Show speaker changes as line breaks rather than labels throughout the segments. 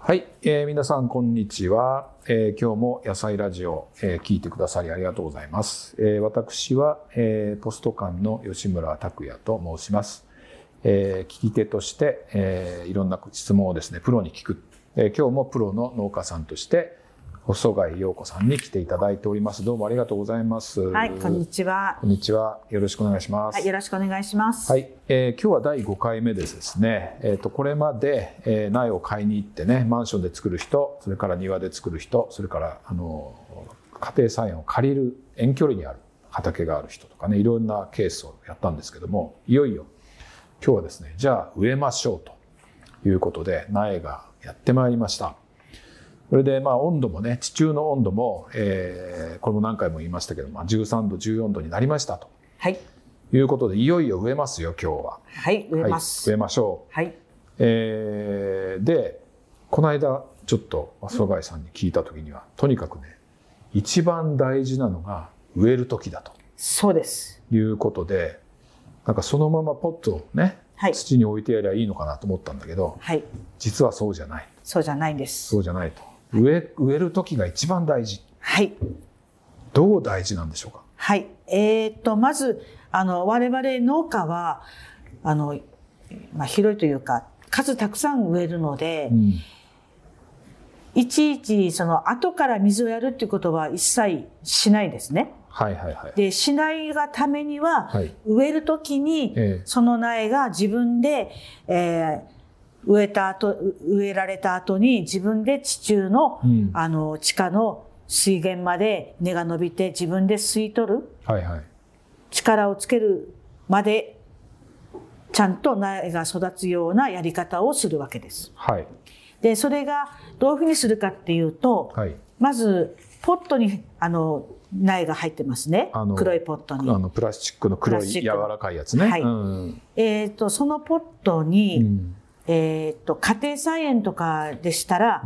はい、えー、皆さんこんにちは、えー、今日も野菜ラジオ、えー、聞いてくださりありがとうございます、えー、私は、えー、ポスト館の吉村拓也と申します、えー、聞き手として、えー、いろんな質問をですねプロに聞く、えー、今日もプロの農家さんとして細貝陽子さんに来ていただいておりますどうもありがとうございます
はいこんにちは
こんにちはよろしくお願いします、
はい、よろしくお願いします
はい、えー、今日は第5回目ですですねえっ、ー、とこれまで、えー、苗を買いに行ってねマンションで作る人それから庭で作る人それからあの家庭菜園を借りる遠距離にある畑がある人とかねいろんなケースをやったんですけどもいよいよ今日はですねじゃあ植えましょうということで苗がやってまいりましたそれでまあ温度もね地中の温度も、えー、これも何回も言いましたけど、まあ、13度14度になりましたと、
はい、
いうことでいよいよ植えますよ今日は
はい植えます、
はい、植えましょ
う、はい
えー、でこの間ちょっと曽我さんに聞いた時には、とにかくね一番大事なのが植える時だと
そうです
いうことでなんかそのままポットをね、はい、土に置いてやりゃいいのかなと思ったんだけど、
はい、
実はそうじゃない
そうじゃないんです
そうじゃないと植え植える時が一番大事。
はい。
どう大事なんでしょうか。
はい。えっ、ー、とまずあの我々農家はあのまあ広いというか数たくさん植えるので、うん、いちいちその後から水をやるっていうことは一切しないですね。
はいはいはい。
でしないがためには、はい、植える時に、えー、その苗が自分で。えー植えた後、植えられた後に自分で地中の、うん、あの、地下の水源まで根が伸びて自分で吸い取る。
はいはい。
力をつけるまで、ちゃんと苗が育つようなやり方をするわけです。
はい。
で、それがどういうふうにするかっていうと、
はい、
まず、ポットに、あの、苗が入ってますね。黒いポットに。
あのプラスチックの黒い柔らかいやつね。
はい。うん、えっ、ー、と、そのポットに、うんえーと、と家庭菜園とかでしたら、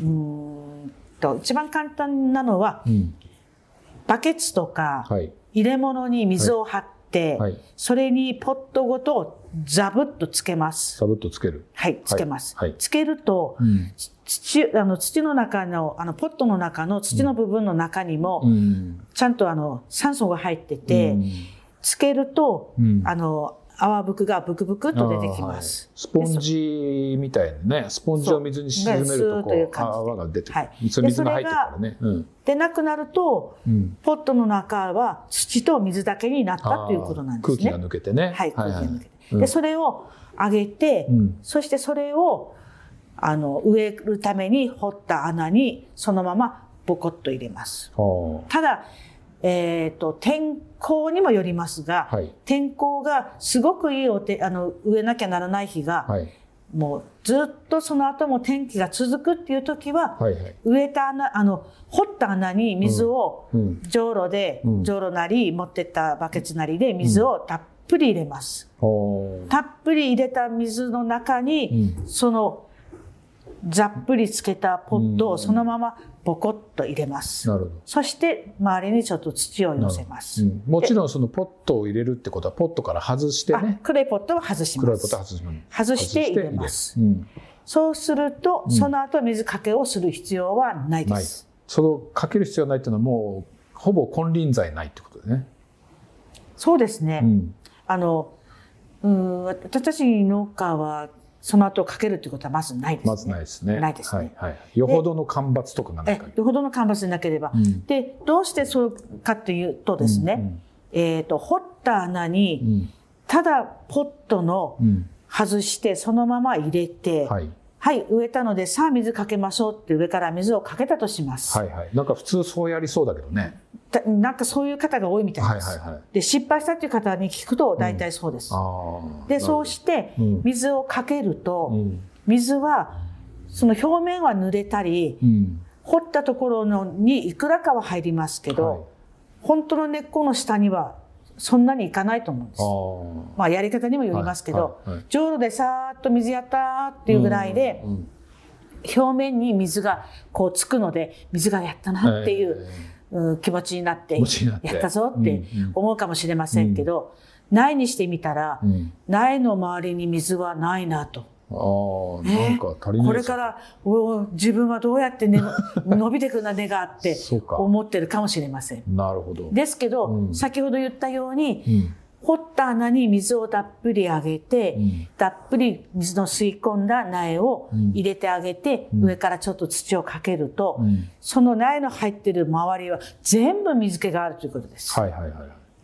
うん、うんと一番簡単なのは、うん、バケツとか、
はい、
入れ物に水を張って、はい、それにポットごとザブッとつけます。
ザブッとつける。
はい、つけます。はい、つけると、うん、土あの土の中のあのポットの中の土の部分の中にも、ちゃんとあの酸素が入ってて、つけると、あの泡ぶくがブクブクと出てきます、
はい、スポンジみたいなねスポンジを水に沈めるとこう、ね、泡が出てくる、はい、それ水が入ってるからね、
うん、でなくなると、うん、ポットの中は土と水だけになったということなんですね
空気が抜けてね
はい空気が抜けて、はいはい、でそれを上げて、うん、そしてそれをあの植えるために掘った穴にそのままボコッと入れますただえーと、と天候にもよりますが、はい、天候がすごくいいおてあの植えなきゃならない日が、はい、もうずっとその後も天気が続くっていう時は、はいはい、植えた穴あの掘った穴に水を、うん、じょうろで、うん、じょうろなり持ってったバケツなりで水をたっぷり入れます。、
うん
たっぷり入れた水の中に、そのざっぷりつけたポットをそのままボコッと入れます。そして周りにちょっと土を寄せます、
うん、もちろんそのポットを入れるってことはポットから外してね。
黒いポットを外します。
外
して入れます。うん、そうすると、うん、その後水かけをする必要はないです。
そのかける必要ないっていうのはもうほぼ金輪際ないってことでね。
そうですね。あのうん私たち農家はその後かけるということはまずないですね。
まずないですね。
ないですね。
はいはい、よほどの干ばつとかがない
かよほどの干ばつでなければ、うん。で、どうしてそうかというとですね、うんうん、えっ、ー、と、掘った穴に、うん、ただポットの外して、そのまま入れて、うんはい、はい、植えたので、さあ水かけましょうって上から水をかけたとします。
はいはい。なんか普通そうやりそうだけどね。
なんかそういう方が多いみたいです。はいはいはい、で失敗したっていう方に聞くと大体そうです。
うん、
でそうして水をかけると、うん、水はその表面は濡れたり、うん、掘ったところのにいくらかは入りますけど、はい、本当の根っこの下にはそんなにいかないと思うんです。あまあやり方にもよりますけど、はいはい、じょうろでさーっと水やったっていうぐらいで。表面に水がこうつくので水がやったなっていう、えー気持ちになってやったぞって思うかもしれませんけど、苗にしてみたら、苗の周りに水はないなと。
ああ、なんか足りない
これからお自分はどうやって、 ね、伸びていくな根があって
そうか
思ってるかもしれません。
なるほど。
ですけど、
うん
先ほど言ったように、
うん
掘った穴に水をたっぷりあげて、
うん
たっぷり水の吸い込んだ苗を入れてあげて、上からちょっと土をかけると、
うん
その苗の入ってる周りは全部水気があるということです。
はいはいはい。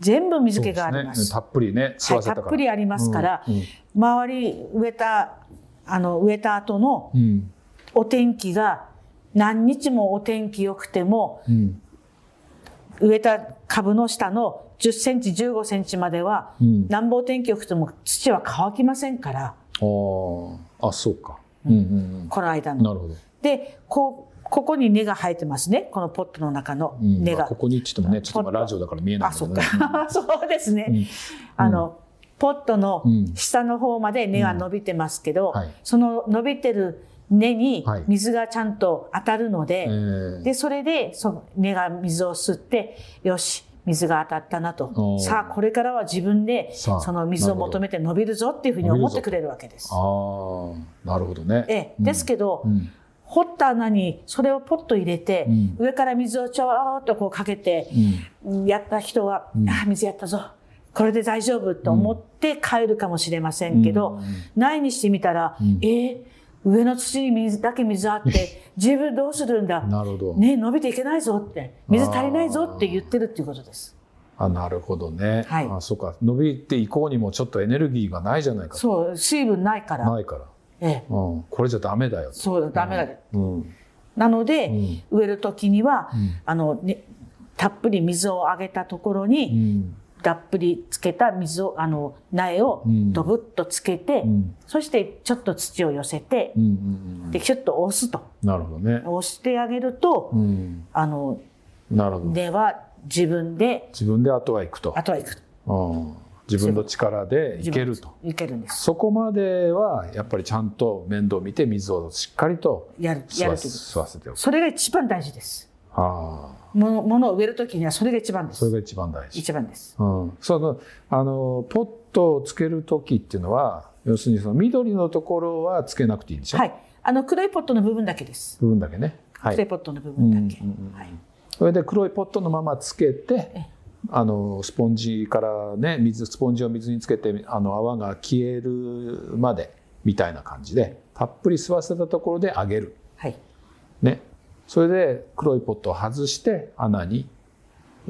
全部水
そうで
気
す
があります。
ね、たっぷりね、吸
は
わ
い、
せたか
た
ら。
っぷりありますから、
うんうん
周り植えたあの植えた後の
うん。
お天気が何日もお天気良くても
うん。
植えた株の下の10センチ15センチまでは、
うん
なんぼお天気良くても土は乾きませんから
ああ、あ、そうか。うんうん
この間
うん。な
の。
るほど。
でこうここに根が生えてますねこのポットの中の
うん、
根
まあ
が。
ここにちょっとね、ちょっと今ラジオだから見えない
あ
け
そ
ど
っ
ね。
か そうですね、
うん
あのポットの
うん
下の方まで根は伸びてますけど、
うんはい
その伸びてる根に
はい
水がちゃんと当たるので、
うんえ
でそれでその根が水を吸ってよし水が当たったな
お
と
ー
さあこれからは自分で
さあ
その水を求めて伸びるぞっていうふうに思ってくれるわけです
ー、。ああ、なるほどね。
ええ、ですけど、
うん。
掘った穴にそれをポッと入れて、
うん
上から水をちょろっとこうかけて、
うん。
やった人は、
うん
ああ水やったぞこれで大丈夫と思って帰るかもしれませんけど、ないにしてみたら、
うん
えー上の土に水だけ水あって自分どうするんだ、
なるほど。
ね、伸びていけないぞって水足りないぞって言ってるっていうことです。
あ、なるほどね。
はい
あ、そうか。伸びていこうにもちょっとエネルギーがないじゃないかと。
そう水分ないから、
ないから。
ええ、
うん。これじゃダメだよと。
そうダメだ、
うん。
なので、
うん
植える時には、
うん
あのね、たっぷり水をあげたところ
う
に、
ん。
たっぷりつけた水をあの苗を
うん
ドブっとつけて、
うん
そしてちょっと土を寄せて
うん。う、ん。
でキュッと押すと
なるほどね。
押してあげると、
うん。
あの
なるほど。
根は自分で
自分で後は行くと。
後はいく
うん。自分の力でいけると。
いけるんです
そこまではやっぱりちゃんと面倒見て水をしっかりと
やる
吸
や
わ
る
せ
ということ
吸わせておく。
それが一番大事です
ああ、
ものものを植える時にはそれが一番で
それ
す
が一番大事。
一番です
うん、そのあのポットをつける時っていうのは要するにその緑のところはつけなくていいんでしょ、
はいあの黒いポットの部分だけです、
部分だけね。は
黒い
い。
ポットの部分だけ、
うんうんうん
はい、
それで黒いポットのままつけて。あのスポンジからね水スポンジを水につけてあの泡が消えるまでみたいな感じでたっぷり吸わせたところで揚げる
はい、
ね、それで黒いポットを外して穴に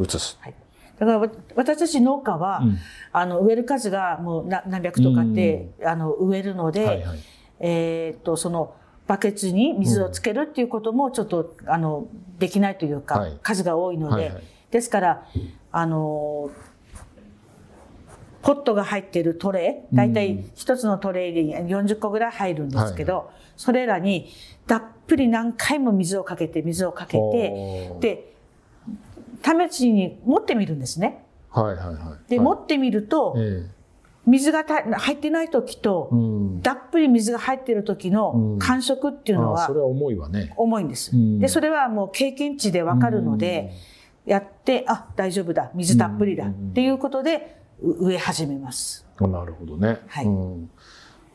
移す。
はい、だからわ私たち農家は、
うん
あの植える数がもうな何百とかって、あの植えるので、
はいはい
えーっとそのバケツに水をつけるっていうこともちょっと、あのできないというか、
はい
数が多いので、
はいはい
ですからあのポットが入っているトレー大体一つのトレーに40個ぐらい入るんですけど、それらにたっぷり何回も水をかけて水をかけ
おー
てで試しに持ってみるんですね。
はいはいはい。
で、
はい
持ってみると、
ええ
水がた入ってない時と、
うん。
たっぷり水が入ってる時
う
の
ん
感触っていうの
あ
は
それは重いわね。
重いんです、
うん
でそれはもう経験値でわかるので、やってあ大丈夫だ水たっぷりだ、
うん
っていうことでう植え始めます
なるほどね。
はい
うん、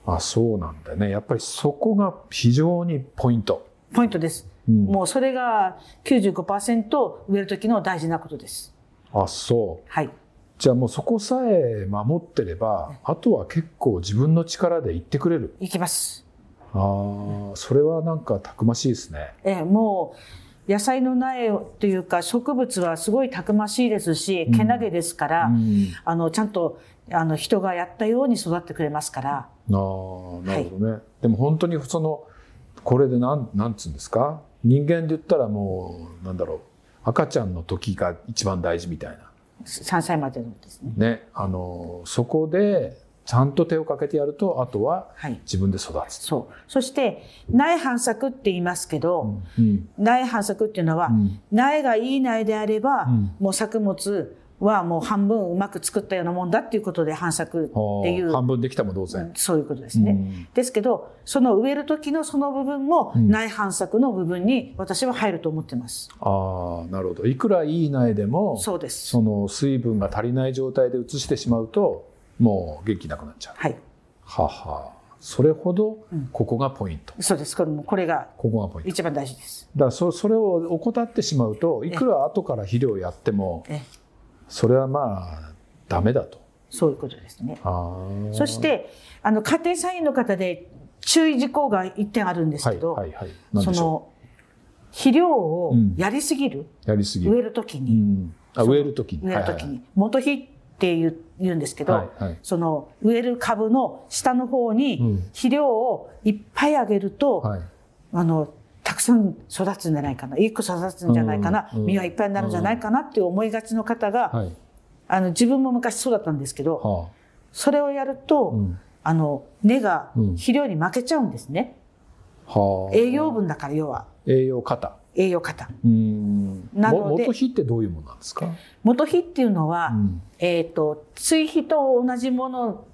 あそうなんだね。やっぱりそこが非常にポイント。
ポイントです、
うん
もうそれが95%植える時の大事なことです
あそう。
はい
じゃあもうそこさえ守ってれば、あとは結構自分の力で言ってくれる。
いきます
ああ、それはなんかたくましいですね。
ええもう野菜の苗というか植物はすごいたくましいですしけなげですから、
うん
あのちゃんとあの人がやったように育ってくれますから
あーなるほどね、でも本当にそのこれでなんなんつうんですか人間で言ったらもうなんだろう赤ちゃんの時が一番大事みたいな
3歳までのですね。
ねあのそこでちゃんと手をかけてやるとあとは
はい
自分で育つ、
そうそして苗反作って言いますけど、
うん
苗反作っていうのは、
ん
苗がいい苗であれば、
うん
もう作物はもう半分うまく作ったようなもんだっていうことで反作って
あ
い
ー
う
半分できたも同然、
そういうことですね。
うん
ですけどその植える時のその部分も苗反作の部分に私は入ると思ってます。
ああなるほどいくらいい苗でも
そうです
その水分が足りない状態で移してしまうともう元気なくなっちゃう
はい
ははそれほどここがポイント、
うん、そうですこれもこれが
ここがポイント
一番大事です
だからそそれを怠ってしまうといくら後から肥料やってもそれはまあダメだと
そういうことですねそしてあの家庭菜園の方で注意事項が1点あるんですけど、
はいはい
はい、その肥料をやりすぎる、
うん、やりすぎ
植えるときに、うん、
あ植えるときに
植えるときに、はいはい、元肥っていう言うんですけど、はいはい、その植える株の下の方に肥料をいっぱいあげると、うんはい、あのたくさん育つんじゃないかないい子育つんじゃないかな、うん、実はいっぱいになるんじゃないかなって思いがちの方が、はい、あの自分も昔そうだったんですけど、はあ、それをやると、うん、あの根が肥料に負けちゃうんですね、はあ、栄養分だから要は
栄養過
栄養過多
なので元肥ってどういうものなんですか
元肥っていうのは、うん、えっ、ー、と追肥と同じもの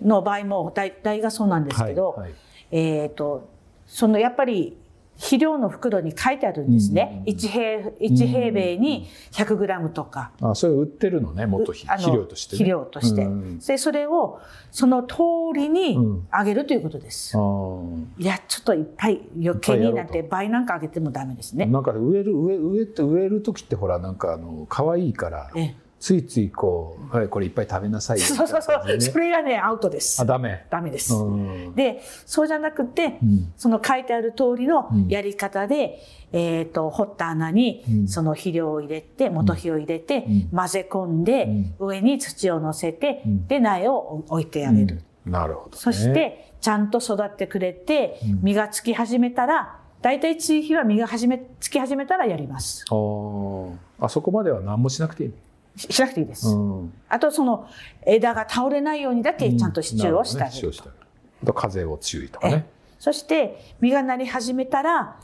の場合も大体がそうなんですけど、はいはい、えっ、ー、とそのやっぱり肥料の袋に書いてあるんですね。一、うん、平一平米に100グラムとか。
あ、それ売ってるのね、元肥肥料として、ね、
肥料として。で、それをその通りにあげるということです。うん、いや、ちょっといっぱい余計になんて倍なんかあげてもダメですね。
なんか植える植え植えって植える時ってほらなんかあの可愛いから。ついついこう、はい、これいっぱい食べなさい、ね、
そうそうそう、それがね、アウトです。
あ、ダメ。
ダメです。で、そうじゃなくて、うん、その書いてある通りのやり方で、うん、えっ、ー、と、掘った穴に、その肥料を入れて、元肥を入れて、うん、混ぜ込んで、上に土を乗せて、で、苗を置いてあげる。
なるほど、ね、
そして、ちゃんと育ってくれて、実がつき始めたら、大体追肥は実が始め、つき始めたらやります。
あそこまでは何もしなくていい
しなくていいです、うん、あとその枝が倒れないようにだけちゃんと支柱をしてあげる,、うんね、して
あと風を注意とかね
そして実がなり始めたら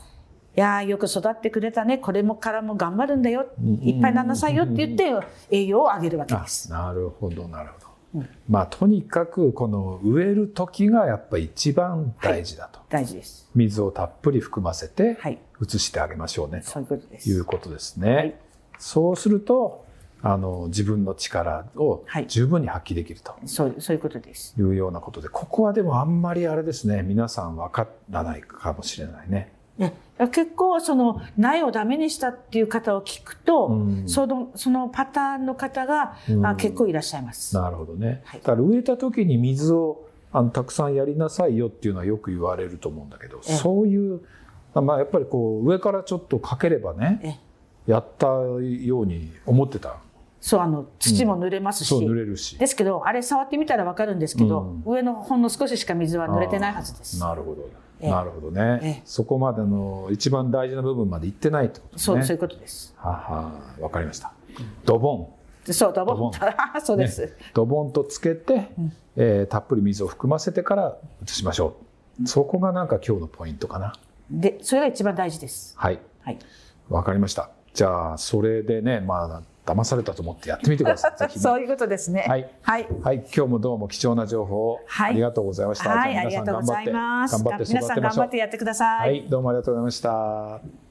いやよく育ってくれたねこれもからも頑張るんだよ、うんうん、いっぱいなんなさいよって言って栄養をあげるわけです、、
なるほどなるほど、うん、まあとにかくこの植える時がやっぱ一番大事だと、はい
大事です
水をたっぷり含ませて移してあげましょうね、はい、
そういうことです、
いうことですね、はい、そうするとあの自分の力を十分に発揮できると、はい
そうそういうことです
いうようなことでここはでもあんまりあれですね皆さん分からないかもしれないね。
ね結構その苗をダメにしたっていう方を聞くと、うん、そのそのパターンの方が、うん、まあ、結構いらっしゃいます。
なるほどね、はい、だから植えた時に水をあのたくさんやりなさいよっていうのはよく言われると思うんだけど、そういう、まあ、やっぱりこう上からちょっとかければねやったように思ってた
そうあの土も濡れますし,
うん、し
ですけどあれ触ってみたら分かるんですけど、うん、上のほんの少ししか水は濡れてないはずです
なるほど、ええ、なるほどね、え、そこまでの一番大事な部分までいってないってことです
ねそういうことです
はは分かりましたドボ
ンそうドボン そうです、ね、
ドボンとつけて、うん、えー、たっぷり水を含ませてから移しましょう、そこがなんか今日のポイントかな
でそれが一番大事です
はい、はい、分かりましたじゃあそれでねまあ騙されたと思ってやってみてくだ さい。ね、
そういうことですね、
はい。はい。はい。今日もどうも貴重な情報をありがとうございました。
はい、ありがとうございます。頑張って皆さん頑張ってやってください。
はい、どうもありがとうございました。